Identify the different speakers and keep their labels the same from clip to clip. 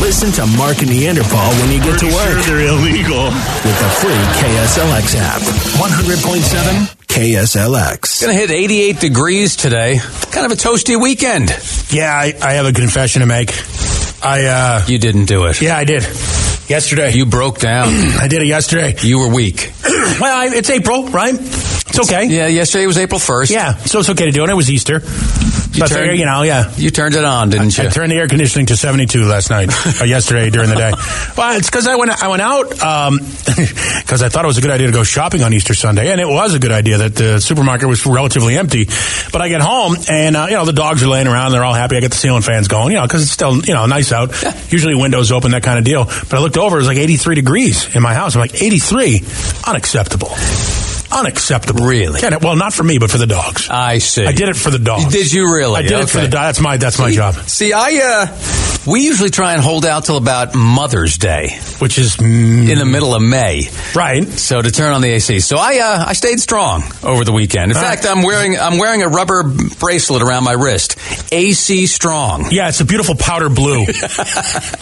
Speaker 1: Listen to Mark and Neanderthal when you get to work
Speaker 2: Sure they're illegal.
Speaker 1: with the free KSLX app. 100.7 KSLX.
Speaker 3: Gonna hit 88 degrees today. Kind of a toasty weekend.
Speaker 4: Yeah, I, I have a confession to make. I, uh,
Speaker 3: You didn't do it.
Speaker 4: yeah, I did. Yesterday.
Speaker 3: You broke down.
Speaker 4: I did it yesterday.
Speaker 3: you were weak.
Speaker 4: well, I, it's April, right? It's okay.
Speaker 3: Yeah, yesterday was April 1st.
Speaker 4: Yeah, so it's okay to do it. It was Easter. So I
Speaker 3: turned-
Speaker 4: figure, you know, yeah.
Speaker 3: You turned it on, didn't you?
Speaker 4: I turned the air conditioning to 72 last night, or yesterday during the day. Well, it's because I went, I went out because I thought it was a good idea to go shopping on Easter Sunday, and it was a good idea that the supermarket was relatively empty. But I get home, and uh, you know the dogs are laying around, they're all happy. I get the ceiling fans going, you know, because it's still you know nice out. Usually windows open, that kind of deal. But I looked over, it was like 83 degrees in my house. I'm like 83, unacceptable, unacceptable.
Speaker 3: Really?
Speaker 4: Can it- Well, not for me, but for the dogs.
Speaker 3: I see.
Speaker 4: I did it for the dogs.
Speaker 3: Did you really?
Speaker 4: I did it for the
Speaker 3: Okay.
Speaker 4: dog. That's my that's my job.
Speaker 3: See, I, uh, we usually try and hold out till about Mother's Day
Speaker 4: which is mm,
Speaker 3: in the middle of May.
Speaker 4: right.
Speaker 3: So to turn on the AC. So I uh, I stayed strong over the weekend. In
Speaker 4: All
Speaker 3: fact, I'm wearing I'm wearing a rubber bracelet around my wrist. AC strong.
Speaker 4: Yeah, it's a beautiful powder blue,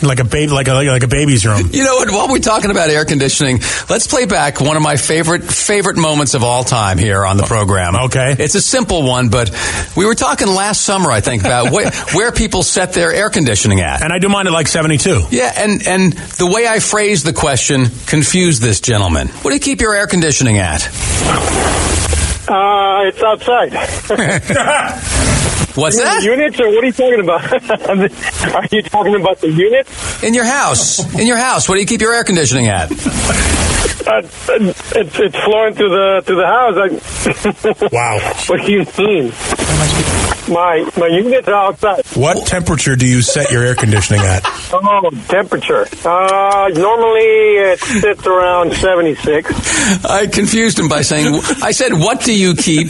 Speaker 4: like a baby, like a like a baby's room.
Speaker 3: You know what? While we're talking about air conditioning, let's play back one of my favorite favorite moments of all time here on the program.
Speaker 4: Okay.
Speaker 3: it's a simple one, but we were talking last summer, I think, about where, where people set their air conditioning at.
Speaker 4: And I do mine at like seventy two.
Speaker 3: Yeah, and and the way I phrased the question confused this gentleman. What do you keep your air conditioning at?
Speaker 5: Uh, it's outside.
Speaker 3: What's that?
Speaker 5: Units, or what are you talking about? are you talking about the units?
Speaker 3: In your house. In your house. What do you keep your air conditioning at?
Speaker 5: Uh, it's, it's flowing through the through the house. I,
Speaker 4: Wow.
Speaker 5: what do you mean? My my units are outside.
Speaker 4: What temperature do you set your air conditioning at?
Speaker 5: Oh, temperature. Uh, normally it sits around seventy six.
Speaker 3: I confused him by saying, I said, what do you keep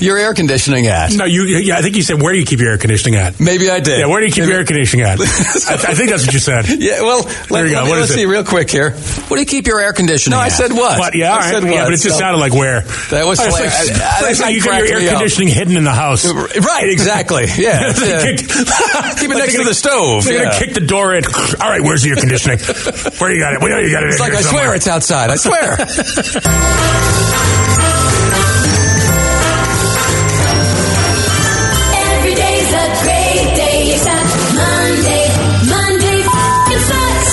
Speaker 3: your air conditioning at?
Speaker 4: No, you. Yeah, I think you said where do you keep your air conditioning at?
Speaker 3: Maybe I did.
Speaker 4: Yeah, where do you keep your air conditioning at? I, I think that's what you said.
Speaker 3: Yeah, well, let,
Speaker 4: you go.
Speaker 3: let
Speaker 4: What is
Speaker 3: me, let's
Speaker 4: it?
Speaker 3: see real quick here. What do you keep your air conditioning? No, I said what?
Speaker 4: But yeah, all right.
Speaker 3: I said
Speaker 4: yeah,
Speaker 3: what,
Speaker 4: but it just
Speaker 3: so-
Speaker 4: sounded like where.
Speaker 3: That was
Speaker 4: Oh, it's
Speaker 3: hilarious.
Speaker 4: like-
Speaker 3: I- I-
Speaker 4: it's
Speaker 3: this
Speaker 4: like
Speaker 3: thing
Speaker 4: you got
Speaker 3: cracked
Speaker 4: your
Speaker 3: me
Speaker 4: air
Speaker 3: up.
Speaker 4: conditioning hidden in the house.
Speaker 3: right, exactly. Yeah, it's, uh, keep it
Speaker 4: Like
Speaker 3: next
Speaker 4: they're
Speaker 3: to
Speaker 4: gonna-
Speaker 3: the stove.
Speaker 4: They're
Speaker 3: yeah.
Speaker 4: gonna kick the door in. All right, where's the air conditioning? Where you got it? We know you got it.
Speaker 3: It's like I swear it's outside. I swear.
Speaker 6: Every day's a great day except Monday. Monday f***ing sucks.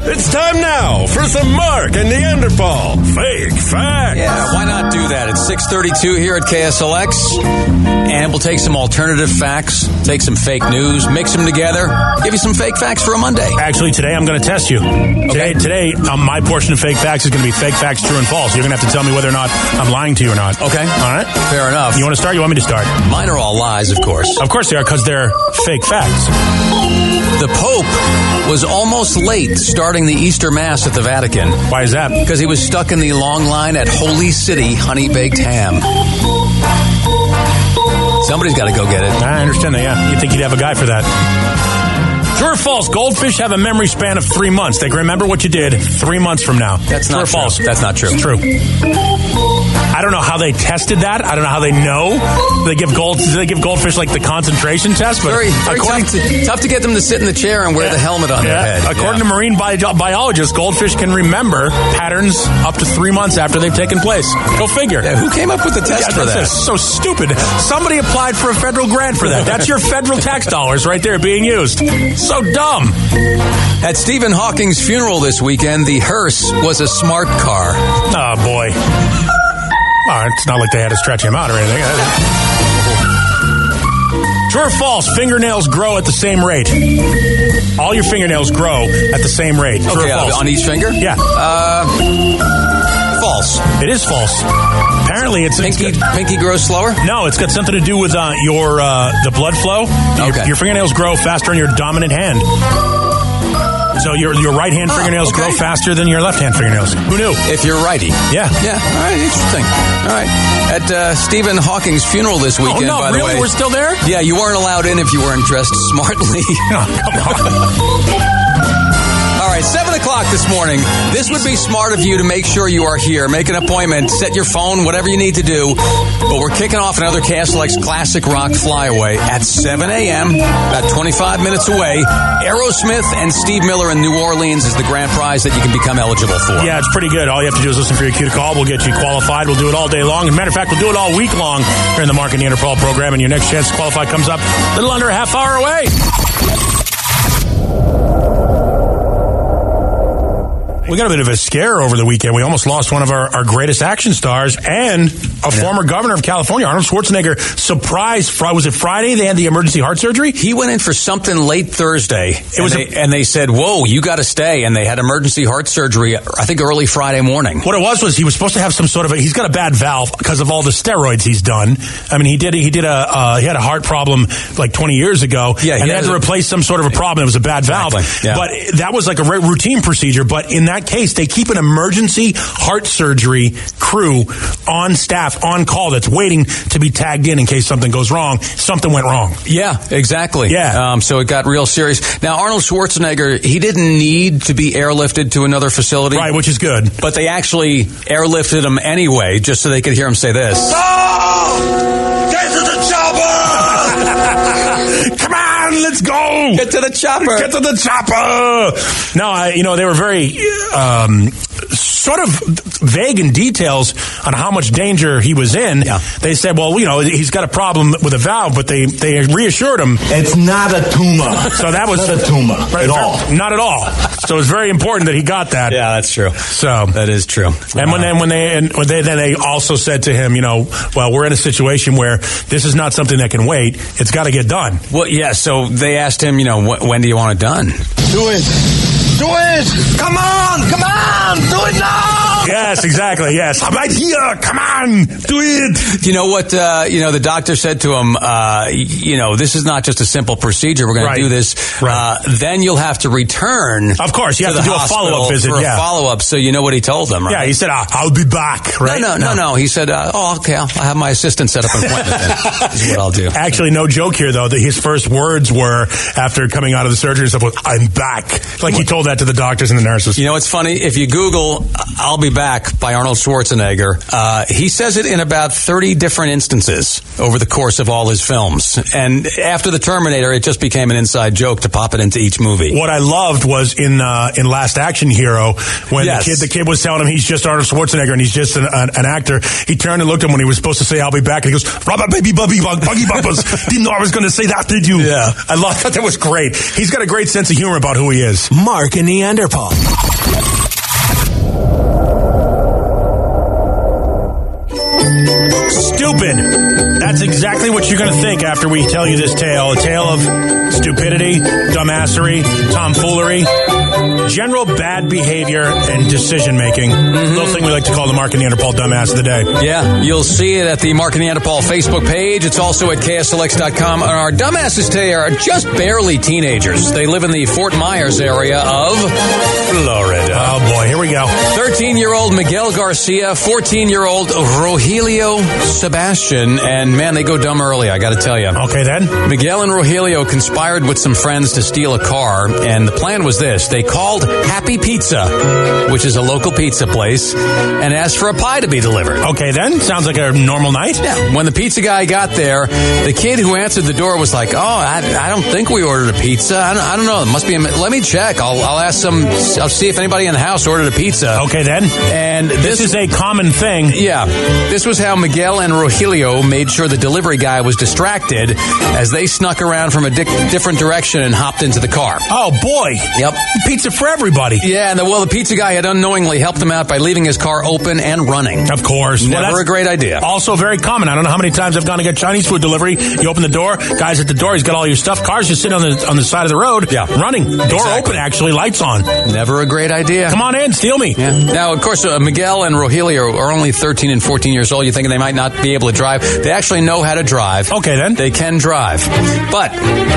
Speaker 2: It's time now for some Mark and Neanderthal fake fact.
Speaker 3: yeah, why not do that? It's six thirty-two here at KSLX, and we'll take some alternative facts, take some fake news, mix them together, give you some fake facts for a Monday.
Speaker 4: Actually, today I'm going to test you. Today, today um, my portion of fake facts is going to be fake facts, true and false. You're going to have to tell me whether or not I'm lying to you or not.
Speaker 3: Okay.
Speaker 4: All right.
Speaker 3: Fair enough.
Speaker 4: You want to start? You want me to start?
Speaker 3: Mine are all lies, of course.
Speaker 4: Of course they are, because they're fake facts.
Speaker 3: The Pope was almost late starting the Easter Mass at the Vatican
Speaker 4: Why is that?
Speaker 3: because he was stuck in the long line at Holy City Honey Baked Ham. Somebody's got to go get it.
Speaker 4: I understand that. Yeah, you think you'd have a guy for that? True or false? Goldfish have a memory span of three months. They can remember what you did three months from now.
Speaker 3: That's
Speaker 4: true
Speaker 3: not
Speaker 4: or
Speaker 3: true.
Speaker 4: false.
Speaker 3: That's not true.
Speaker 4: It's true. I don't know how they tested that. I don't know how they know. They give gold. They give goldfish like the concentration test, but
Speaker 3: Very, very
Speaker 4: according
Speaker 3: tough, to, tough to get them to sit in the chair and wear the helmet on
Speaker 4: Yeah.
Speaker 3: their head.
Speaker 4: According to marine bio- biologists, goldfish can remember patterns up to three months after they've taken place. Go figure.
Speaker 3: Yeah, who came up with the test
Speaker 4: Yeah,
Speaker 3: for
Speaker 4: that's
Speaker 3: that?
Speaker 4: so stupid. Somebody applied for a federal grant for that. That's your federal tax dollars right there being used. So dumb.
Speaker 3: At Stephen Hawking's funeral this weekend, the hearse was a smart car.
Speaker 4: Oh, boy. Oh, it's not like they had to stretch him out or anything. True or false? Fingernails grow at the same rate. All your fingernails grow at the same rate. True
Speaker 3: Okay, uh,
Speaker 4: or false?
Speaker 3: on e- Uh, each finger?
Speaker 4: yeah,
Speaker 3: False.
Speaker 4: it is false. Apparently, it's it's
Speaker 3: Pinky, pinky grows slower?
Speaker 4: No, it's got something to do with uh, your uh, the blood flow. Your-
Speaker 3: Okay.
Speaker 4: Your, fingernails grow faster on your dominant hand. So your your right hand
Speaker 3: Ah,
Speaker 4: fingernails
Speaker 3: okay.
Speaker 4: grow faster than your left hand fingernails. Who knew?
Speaker 3: If you're righty.
Speaker 4: Yeah.
Speaker 3: Yeah. All right. Interesting. All right. At uh, Stephen Hawking's funeral this weekend,
Speaker 4: oh no,
Speaker 3: by the
Speaker 4: really?
Speaker 3: way.
Speaker 4: We're still there?
Speaker 3: yeah, you weren't allowed in if you weren't dressed smartly.
Speaker 4: No, come on.
Speaker 3: All right. right, 7 o'clock this morning. This would be smart of you to make sure you are here. Make an appointment, set your phone, whatever you need to do. But we're kicking off another Castle X Classic Rock Flyaway at 7 a.m., about 25 minutes away. Aerosmith and Steve Miller in New Orleans is the grand prize that you can become eligible for.
Speaker 4: Yeah, it's pretty good. All you have to do is listen for your cue to call. We'll get you qualified. We'll do it all day long. As a matter of fact, we'll do it all week long during the Mark and Neanderthal program. And your next chance to qualify comes up a little under a half hour away. We got a bit of a scare over the weekend. We almost lost one of our, our greatest action stars and a former governor of California, Arnold Schwarzenegger. Surprise! Fri- Was it Friday? They had the emergency heart surgery.
Speaker 3: He went in for something late Thursday. It
Speaker 4: was
Speaker 3: was, and, they, and they said, "Whoa, you got to stay." And they had emergency heart surgery. I think early Friday morning.
Speaker 4: What it was was he was supposed to have some sort of a, he's got a bad valve because of all the steroids he's done. I mean, he did he did a uh, he had a heart problem like 20 years ago.
Speaker 3: Yeah, he
Speaker 4: and they had
Speaker 3: has
Speaker 4: to
Speaker 3: a-
Speaker 4: replace some sort of a problem. It was a bad valve,
Speaker 3: Exactly, yeah.
Speaker 4: but that was like a r- routine procedure. But in that case, they keep an emergency heart surgery crew on staff on call that's waiting to be tagged in in case something goes wrong. Something went wrong.
Speaker 3: Yeah, exactly.
Speaker 4: Yeah.
Speaker 3: Um, so it got real serious. Now Arnold Schwarzenegger, he didn't need to be airlifted to another facility,
Speaker 4: Right, which is good.
Speaker 3: But they actually airlifted him anyway, just so they could hear him say this.
Speaker 4: Come on, let's go.
Speaker 3: Get to the chopper.
Speaker 4: Get to the chopper. No, I, you know they were very um, sort of vague in details on how much danger he was in. They said, well, you know, he's got a problem with a valve, but they they reassured him.
Speaker 7: It's not a tumor.
Speaker 4: So that was
Speaker 7: not a tumor at all.
Speaker 4: Not at all. So it's very important that he got that.
Speaker 3: yeah, that's true.
Speaker 4: So
Speaker 3: That is true.
Speaker 4: and when then when they and when they then they also said to him, you know, well, we're in a situation where this is not something that can wait. It's got to get done.
Speaker 3: Well, yeah. So they asked him, you know, "Wh- when do you want it done?
Speaker 7: Do it. Do it. Come on. Come on. Do it now.
Speaker 4: Yes, exactly. Yes, I'm right here. Come on, do it.
Speaker 3: You know what? Uh, you know the doctor said to him, uh, y- you know, this is not just a simple procedure. We're going
Speaker 4: Right.
Speaker 3: to do this.
Speaker 4: Right.
Speaker 3: Uh, then you'll have to return.
Speaker 4: Of course, you
Speaker 3: to
Speaker 4: have to
Speaker 3: the
Speaker 4: do a
Speaker 3: hospital
Speaker 4: follow-up visit,
Speaker 3: For
Speaker 4: yeah.
Speaker 3: a follow up. So you know what he told them,
Speaker 4: Yeah,
Speaker 3: right?
Speaker 4: he said, "Ah, I'll be back, right?
Speaker 3: no, no, no, no. He said, uh, "Oh, okay. I'll, I'll have my assistant set up an appointment. Then. is what I'll do."
Speaker 4: Actually, no joke here, though, that his first words were after coming out of the surgery and stuff was, I'm back. Like he told that to the doctors and the nurses.
Speaker 3: You know, it's funny. If you Google I'll Be Back by Arnold Schwarzenegger, uh, he says it in about 30 different instances over the course of all his films. And after The Terminator, it just became an inside joke to pop it into each movie.
Speaker 4: What I loved was in uh, in Last Action Hero when
Speaker 3: Yes.
Speaker 4: the kid the kid was telling him he's just Arnold Schwarzenegger and he's just an, an, an actor. He turned and looked at him when he was supposed to say I'll be back and he goes Robert Baby Bubby Bug- Buggy Bumpers. Didn't know I was going to say that, did you?
Speaker 3: Yeah.
Speaker 4: I lo- thought that was great. He's got a great sense of humor about who he is.
Speaker 1: Mark and Neanderthal.
Speaker 4: Stupid. That's exactly what you're going to think after we tell you this tale. A tale of stupidity, dumbassery, tomfoolery, general bad behavior, and decision making.
Speaker 3: Mm-hmm.
Speaker 4: Little thing we like to call the Mark and Neanderthal dumbass of the day.
Speaker 3: Yeah, you'll see it at the Mark and Neanderthal Facebook page. It's also at KSLX.com. And our dumbasses today are just barely teenagers. They live in the Fort Myers area of Florida.
Speaker 4: Oh boy, here we go.
Speaker 3: 13 year old Miguel Garcia, 14 year old Rogelio Sebastian, and man, they go dumb early, I gotta tell you.
Speaker 4: Okay then.
Speaker 3: Miguel and Rogelio conspired with some friends to steal a car, and the plan was this. They called Happy Pizza, which is a local pizza place, and asked for a pie to be delivered.
Speaker 4: Okay then. Sounds like a normal night.
Speaker 3: Yeah. When the pizza guy got there, the kid who answered the door was like, "Oh, I, I don't think we ordered a pizza. I don't, I don't know. It must be. A, mi- let me check. I'll, I'll ask some. I'll see if anybody in the house ordered a pizza."
Speaker 4: Okay then.
Speaker 3: And this,
Speaker 4: This is a common thing.
Speaker 3: yeah, this was how Miguel and Rogelio made sure the delivery guy was distracted as they snuck around from a di- different direction and hopped into the car.
Speaker 4: Oh boy.
Speaker 3: Yep.
Speaker 4: Pizza for everybody.
Speaker 3: Yeah, and the, well, the pizza guy had unknowingly helped them out by leaving his car open and running.
Speaker 4: Of course.
Speaker 3: Never
Speaker 4: that's
Speaker 3: a great idea.
Speaker 4: Also very common. I don't know how many times I've gone to get Chinese food delivery. You open the door, guys at the door, he's got all your stuff. Cars just sitting on the on the side of the road.
Speaker 3: Yeah.
Speaker 4: Running. Door
Speaker 3: Exactly.
Speaker 4: open actually, lights on.
Speaker 3: Never a great idea.
Speaker 4: Oh. Come on in, steal me.
Speaker 3: Yeah. Now, of course, uh, Miguel and Rogelio are only 13 and 14 years old. You're thinking they might not be able to drive. They actually know how to drive.
Speaker 4: Okay, then.
Speaker 3: They can drive. But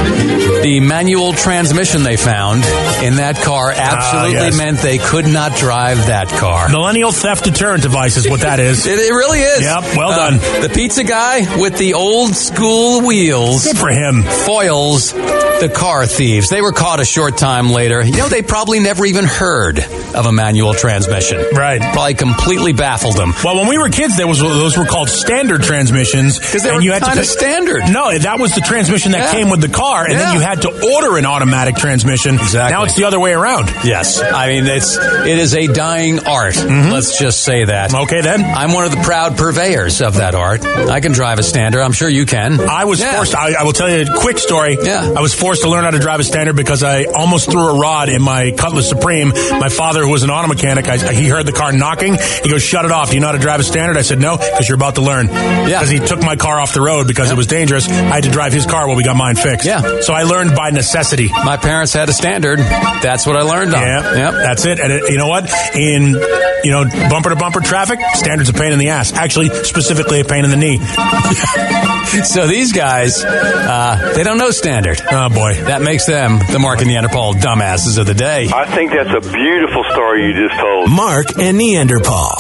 Speaker 3: the manual transmission they found in that car absolutely
Speaker 4: Ah, yes.
Speaker 3: meant they could not drive that car.
Speaker 4: Millennial theft deterrent device is what that is.
Speaker 3: It, it really is. Uh,
Speaker 4: Yep, well done.
Speaker 3: The pizza guy with the old school wheels
Speaker 4: Good for him.
Speaker 3: foils the car thieves. They were caught a short time later. You know, they probably never even heard of a manual transmission.
Speaker 4: Right.
Speaker 3: Probably completely baffled them.
Speaker 4: Well, when we were kids, there was those were called standard transmissions because
Speaker 3: they were kinda standard.
Speaker 4: No, that was the transmission that
Speaker 3: Yeah.
Speaker 4: came with the car, and
Speaker 3: Yeah.
Speaker 4: then you had to order an automatic transmission.
Speaker 3: Exactly.
Speaker 4: Now it's the other way around.
Speaker 3: Yes. I mean, it's it is a dying art.
Speaker 4: Mm-hmm.
Speaker 3: Let's just say that.
Speaker 4: Okay, then.
Speaker 3: I'm one of the proud purveyors of that art. I can drive a standard. I'm sure you can.
Speaker 4: I was
Speaker 3: Yeah.
Speaker 4: forced. I, I will tell you a quick story.
Speaker 3: Yeah.
Speaker 4: I was forced to learn how to drive a standard because I almost threw a rod in my Cutlass Supreme. My father, who was an auto mechanic, I, he heard the car knocking. He goes, "Shut it off! Do you know how to drive a standard?" I said, "No, because you're about to learn."
Speaker 3: Yeah.
Speaker 4: Because he took my car off the road because it was dangerous. I had to drive his car while we got mine fixed.
Speaker 3: Yeah.
Speaker 4: So I learned by necessity.
Speaker 3: My parents had a standard. That's what I learned on.
Speaker 4: Yeah,
Speaker 3: Oh. Yep.
Speaker 4: that's it. And it, you know what? In you know bumper to bumper traffic, standards a pain in the ass. Actually, specifically a pain in the knee.
Speaker 3: So these guys, uh, they don't know standard.
Speaker 4: Oh boy.
Speaker 3: That makes them the Mark and Neanderthal dumbasses of the day.
Speaker 8: I think that's a beautiful story you just told.
Speaker 1: Mark and Neanderthal.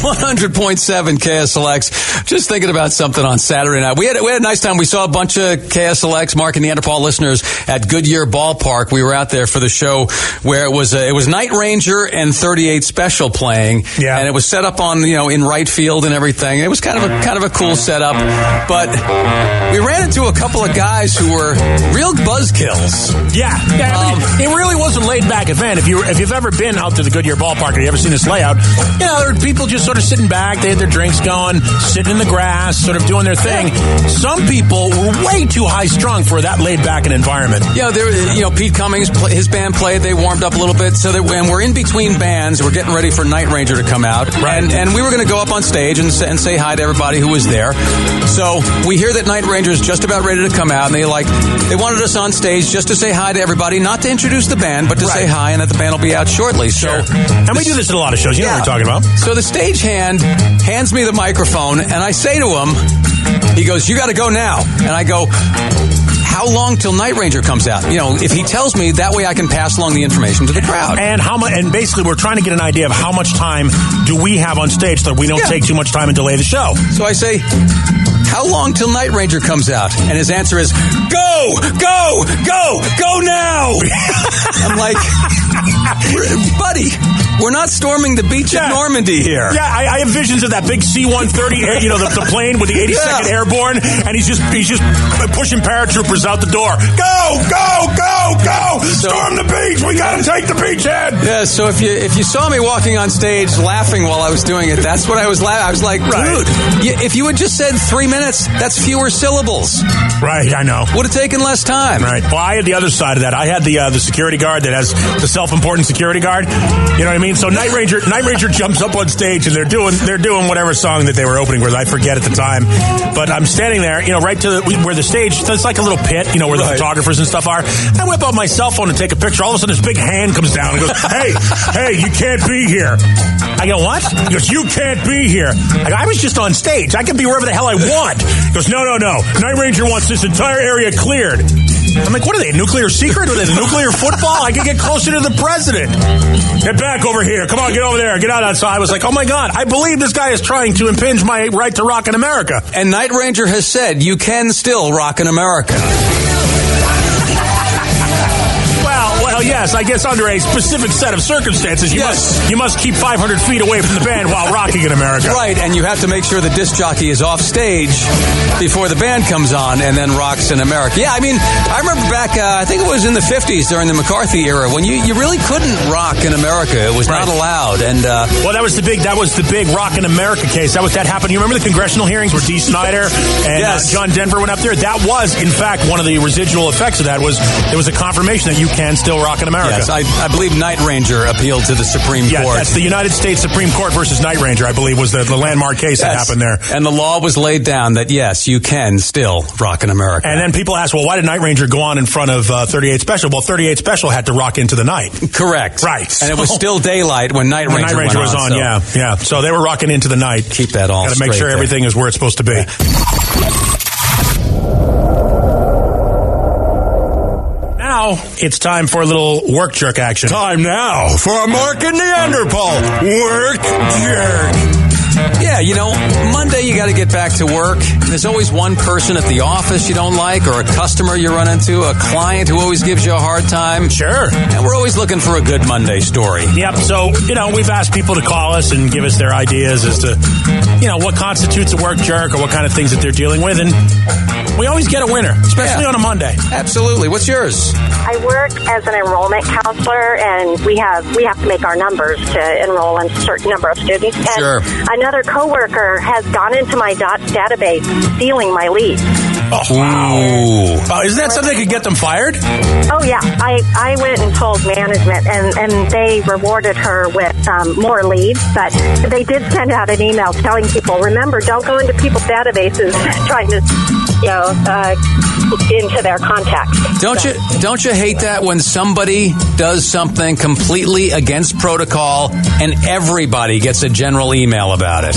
Speaker 3: One hundred point seven KSLX. Just thinking about something on Saturday night. We had we had a nice time. We saw a bunch of KSLX Mark and Neanderthal listeners at Goodyear Ballpark. We were out there for the show where it was uh it was Night Ranger and Thirty Eight Special playing.
Speaker 4: Yeah.
Speaker 3: and it was set up on you know in right field and everything. It was kind of a kind of a cool setup, but we ran into a couple of guys who were real buzzkills.
Speaker 4: Yeah, yeah I mean,
Speaker 3: Um,
Speaker 4: it really was a laid back event. If you if you've ever been out to the Goodyear Ballpark or you ever seen this layout, you know there were people just sort of sitting back. They had their drinks going, sitting in the grass, sort of doing their thing. Some people were way too high strung for that laid back an environment.
Speaker 3: Yeah, there. You know, Pete Cummings, pl- his band played. They warmed up a little bit, so that when we're in between bands, we're getting ready for Night Ranger to come out,
Speaker 4: Right.
Speaker 3: and, and we were going to go up on stage and, sa- and say hi to everybody who was there. So we hear that Night Ranger is just about ready to come out, and they like they wanted us on stage just to say hi to everybody, not to introduce the band, but to say hi, and that the band will be out shortly. So.
Speaker 4: And we do this at a lot of shows. You know what we're talking about.
Speaker 3: So the stagehand hands me the microphone, and I say to him, he goes, You got to go now. And I go, How long till Night Ranger comes out? You know, if he tells me, that way I can pass along the information to the crowd.
Speaker 4: And how much? And basically, we're trying to get an idea of how much time do we have on stage so that we don't
Speaker 3: Yeah.
Speaker 4: take too much time and delay the show.
Speaker 3: So I say, How long till Night Ranger comes out? And his answer is, Go, go, go, go now. I'm like, Buddy, we're not storming the beach
Speaker 4: Yeah.
Speaker 3: of Normandy here.
Speaker 4: Yeah, I, I have visions of that big C-130, air- you know, the, the plane with the 82nd
Speaker 3: Yeah.
Speaker 4: Airborne, and he's just he's just pushing paratroopers out the door. Go, go, go, go! Storm the beach! We gotta take the beachhead.
Speaker 3: Yeah, so if you if you saw me walking on stage laughing while I was doing it, that's what I was laughing. I was like,
Speaker 4: Right.
Speaker 3: dude, y- if you had just said three minutes, that's fewer syllables.
Speaker 4: Right, I know.
Speaker 3: Would have taken less time.
Speaker 4: Right. Well, I had the other side of that. I had the uh, the security guard that has the self-important security guard. You know what I mean? So Night Ranger Night Ranger jumps up on stage and they're doing they're doing whatever song that they were opening with. I forget at the time, but I'm standing there, you know, right to the, where the stage. so It's like a little pit, you know, where the
Speaker 3: Right.
Speaker 4: photographers and stuff are. I whip out my cell phone to take a picture. All of a sudden, this big hand comes down and goes, "Hey, hey, you can't be here." I go, "What?" He goes, "You can't be here." I go, "I was just on stage. I can be wherever the hell I want." He goes, "No, no, no. Night Ranger wants this entire area cleared." I'm like, "What are they? A nuclear secret? Are they the nuclear football? I can get closer to the president." Get back over here. Come on, get over there. Get out outside. I was like, "Oh my god, I believe this guy is trying to impinge my right to rock in America."
Speaker 3: And Night Ranger has said you can still rock in America.
Speaker 4: Well, well, yes. I guess under a specific set of circumstances, you
Speaker 3: Yes.
Speaker 4: must you must keep 500 feet away from the band while rocking in America.
Speaker 3: Right, and you have to make sure the disc jockey is off stage before the band comes on and then rocks in America. Yeah, I mean, I remember back, uh, I think it was in the 50s during the McCarthy era when you, you really couldn't rock in America. It was not
Speaker 4: Right.
Speaker 3: allowed. And uh,
Speaker 4: Well, that was the big that was the big rock in America case. That was that happened. You remember the congressional hearings where Dee Snyder and uh,
Speaker 3: Yes.
Speaker 4: John Denver went up there. That was, in fact, one of the residual effects of that was there was a confirmation that you can still rock Rock in America.
Speaker 3: Yes, I, I believe Night Ranger appealed to the Supreme
Speaker 4: Yeah,
Speaker 3: Court.
Speaker 4: that's the United States Supreme Court versus Night Ranger, I believe, was the, the landmark case that
Speaker 3: Yes.
Speaker 4: happened there.
Speaker 3: And the law was laid down that yes, you can still rock in America.
Speaker 4: And then people ask, well, why did Night Ranger go on in front of uh, 38 Special? Well, 38 Special had to rock into the night.
Speaker 3: Correct.
Speaker 4: Right.
Speaker 3: And it was still daylight when Night
Speaker 4: When
Speaker 3: Ranger,
Speaker 4: Night Ranger
Speaker 3: went
Speaker 4: was on,
Speaker 3: so
Speaker 4: yeah, yeah. So they were rocking into the night.
Speaker 3: Keep that all
Speaker 4: Got to make
Speaker 3: straight
Speaker 4: sure
Speaker 3: there.
Speaker 4: everything is where it's supposed to be. Now it's time for a little work jerk action.
Speaker 2: Time now for Mark and Neanderthal work jerk.
Speaker 3: Yeah, you know, Monday you got to get back to work. There's always one person at the office you don't like, or a customer you run into, a client who always gives you a hard time.
Speaker 4: Sure.
Speaker 3: And we're always looking for a good Monday story.
Speaker 4: Yep. So you know, we've asked people to call us and give us their ideas as to you know what constitutes a work jerk or what kind of things that they're dealing with, and we always get a winner, especially
Speaker 3: Yeah.
Speaker 4: on a Monday.
Speaker 3: Absolutely. What's yours?
Speaker 9: I work as an enrollment counselor, and we have we have to make our numbers to enroll in a certain number of students. And
Speaker 3: Sure.
Speaker 9: Another coworker has gone into my dot database, stealing my leads.
Speaker 4: Oh,
Speaker 3: Ooh.
Speaker 4: Wow, Oh, isn't that something that could get them fired?
Speaker 9: Oh yeah, I, I went and told management, and, and they rewarded her with um, more leads. But they did send out an email telling people, remember, don't go into people's databases trying to, you know, uh, into their contacts.
Speaker 3: Don't you don't you hate that when somebody does something completely against protocol and everybody gets a general email about it?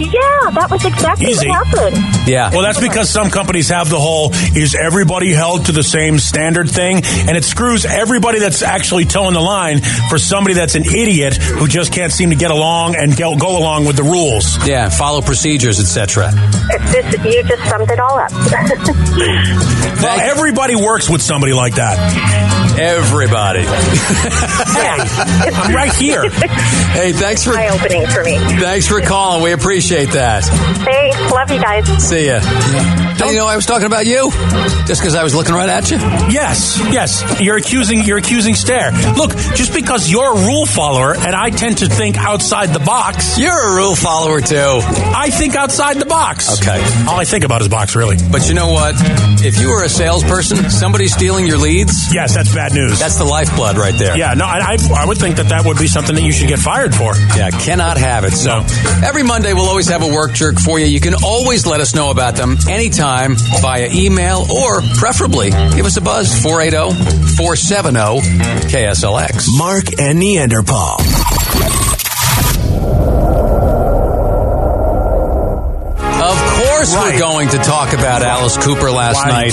Speaker 9: Yeah, that was exactly
Speaker 4: Easy.
Speaker 9: what happened.
Speaker 3: Yeah.
Speaker 4: Well, that's because some companies have the whole is everybody held to the same standard thing, and it screws everybody that's actually toeing the line for somebody that's an idiot who just can't seem to get along and go, go along with the rules.
Speaker 3: yeah, follow procedures, etc.
Speaker 9: This, you just summed it all up.
Speaker 4: Well, everybody works with somebody like that.
Speaker 3: Everybody.
Speaker 4: I'm right here.
Speaker 3: Hey, thanks for
Speaker 9: Eye opening for me.
Speaker 3: thanks for calling. We appreciate that.
Speaker 9: Thanks. Love you guys.
Speaker 3: See ya. Don't you know I was talking about you? Just because I was looking right at you?
Speaker 4: Yes, yes. You're accusing. You're accusing Stare. Look, just because you're a rule follower and I tend to think outside the box,
Speaker 3: You're a rule follower too.
Speaker 4: I think outside the box.
Speaker 3: Okay.
Speaker 4: All I think about is box, really.
Speaker 3: But you know what? If you were a salesperson, somebody stealing your leads,
Speaker 4: Yes, that's bad news.
Speaker 3: that's the lifeblood right there.
Speaker 4: Yeah, no, I, I, I would think that that would be something that you should get fired for.
Speaker 3: Yeah, cannot have it. So
Speaker 4: No.
Speaker 3: every Monday we'll always have a work jerk for you. You can always let us know about them anytime via email or preferably give us a buzz oh, 480-470-KSLX.
Speaker 1: Mark and Neanderthal.
Speaker 3: Of course,
Speaker 4: Right.
Speaker 3: we're going to talk about Alice Cooper last
Speaker 4: Right.
Speaker 3: night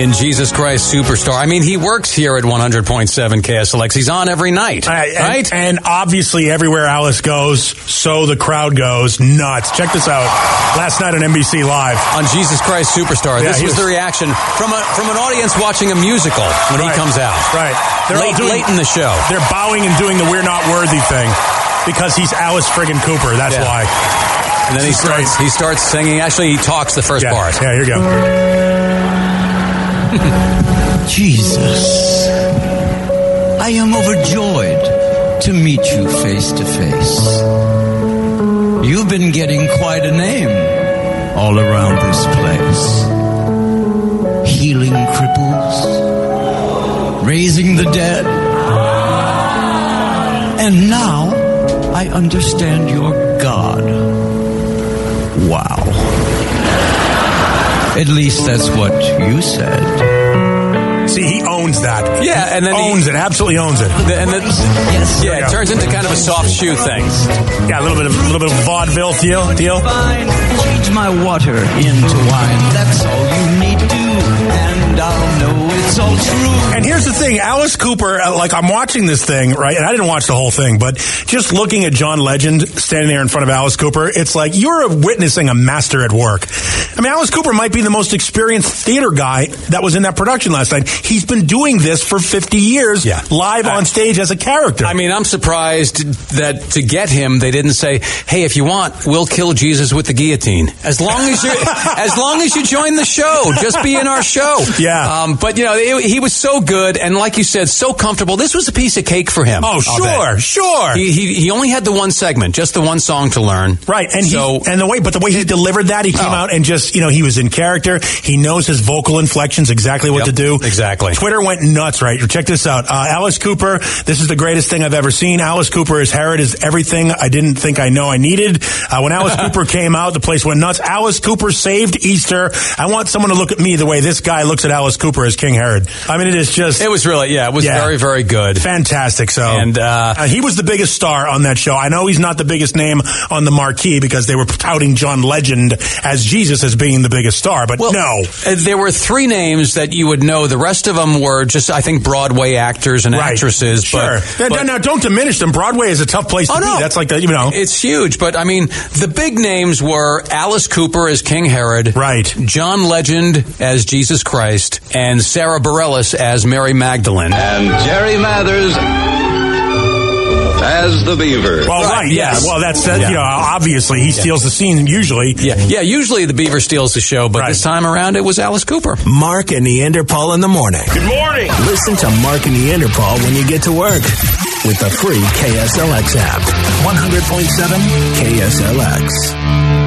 Speaker 3: in Jesus Christ Superstar. I mean, he works here at 100.7 KSLX. He's on every night,
Speaker 4: All right, and,
Speaker 3: right?
Speaker 4: and obviously, everywhere Alice goes, so the crowd goes nuts. Check this out. Last night on NBC Live,
Speaker 3: on Jesus Christ Superstar.
Speaker 4: Yeah,
Speaker 3: this
Speaker 4: he
Speaker 3: was,
Speaker 4: was-
Speaker 3: the reaction from a from an audience watching a musical when
Speaker 4: Right.
Speaker 3: he comes out.
Speaker 4: Right. They're all
Speaker 3: late,
Speaker 4: doing-
Speaker 3: late in the show.
Speaker 4: they're bowing and doing the "We're Not Worthy" thing because he's Alice friggin' Cooper. That's
Speaker 3: Yeah.
Speaker 4: why.
Speaker 3: And then he
Speaker 4: This is great.
Speaker 3: starts he starts singing. Actually, he talks the first
Speaker 4: Yeah.
Speaker 3: part.
Speaker 4: yeah, here you go.
Speaker 10: Jesus, I am overjoyed to meet you face to face. You've been getting quite a name all around this place. Healing cripples, raising the dead. And now I understand your God. Wow. At least that's what you said.
Speaker 4: See, he owns that.
Speaker 3: Yeah, and then he-
Speaker 4: owns it. Absolutely owns it.
Speaker 3: The- and the-
Speaker 10: Yes.
Speaker 3: yeah,
Speaker 4: Yeah.
Speaker 3: it turns into kind of a soft shoe thing.
Speaker 4: Yeah, a little bit of a little bit of vaudeville deal. Deal.
Speaker 10: Fine. Change my water into wine. That's all you need to, and I'll know it's all true.
Speaker 4: And here's the thing, Alice Cooper. uh, Like I'm watching this thing, right? And I didn't watch the whole thing, but just looking at John Legend standing there in front of Alice Cooper, it's like you're witnessing a master at work. I mean, Alice Cooper might be the most experienced theater guy that was in that production last night. He's been doing this for 50 years,
Speaker 3: Yeah.
Speaker 4: live on stage as a character.
Speaker 3: I mean, I'm surprised that to get him, they didn't say, "Hey, if you want, we'll kill Jesus with the guillotine." As long as you, as long as you join the show, just be in our show.
Speaker 4: Yeah, Yeah.
Speaker 3: Um, but you know, it, he was so good, and like you said, so comfortable. This was a piece of cake for him.
Speaker 4: Oh,
Speaker 3: I'll bet.
Speaker 4: sure, sure.
Speaker 3: He, he he only had the one segment, just the one song to learn.
Speaker 4: Right, and
Speaker 3: so
Speaker 4: he, and the way, but the way he delivered that, he came
Speaker 3: Oh.
Speaker 4: out and just you know he was in character. He knows his vocal inflections exactly what
Speaker 3: Yep,
Speaker 4: to do.
Speaker 3: exactly.
Speaker 4: Twitter went nuts. Right, check this out. Uh, Alice Cooper, this is the greatest thing I've ever seen. Alice Cooper is Herod is everything I didn't think I know I needed. Uh, when Alice Cooper came out, the place went nuts. Alice Cooper saved Easter. I want someone to look at me the way this guy looks at Alice Cooper as King Herod. I mean, it is just
Speaker 3: it was really yeah, it was
Speaker 4: Yeah.
Speaker 3: very very good.
Speaker 4: fantastic. So
Speaker 3: And, uh,
Speaker 4: he was the biggest star on that show. I know he's not the biggest name on the marquee because they were touting John Legend as Jesus as being the biggest star, but no.
Speaker 3: uh, There were three names that you would know. The rest of them were just, I think, Broadway actors and
Speaker 4: Right.
Speaker 3: actresses.
Speaker 4: Sure.
Speaker 3: But,
Speaker 4: now,
Speaker 3: but-
Speaker 4: now, don't diminish them. Broadway is a tough place to
Speaker 3: Oh,
Speaker 4: be.
Speaker 3: no.
Speaker 4: That's like the, you know.
Speaker 3: It's huge, but I mean, the big names were Alice Cooper as King Herod,
Speaker 4: Right.
Speaker 3: John Legend as Jesus Christ, and Sarah Bareilles as Mary Magdalene.
Speaker 7: And Jerry Mathers as the Beaver.
Speaker 4: Well, right,
Speaker 3: Right,
Speaker 4: yeah.
Speaker 3: yes.
Speaker 4: Well, that's, that,
Speaker 3: Yeah.
Speaker 4: you know, obviously he steals the scene usually.
Speaker 3: Yeah, yeah. Usually the Beaver steals the show, but
Speaker 4: Right.
Speaker 3: this time around it was Alice Cooper.
Speaker 1: Mark and Neanderthal in the morning.
Speaker 2: Good morning.
Speaker 1: Listen to Mark and Neanderthal when you get to work with the free KSLX app. 100.7 KSLX.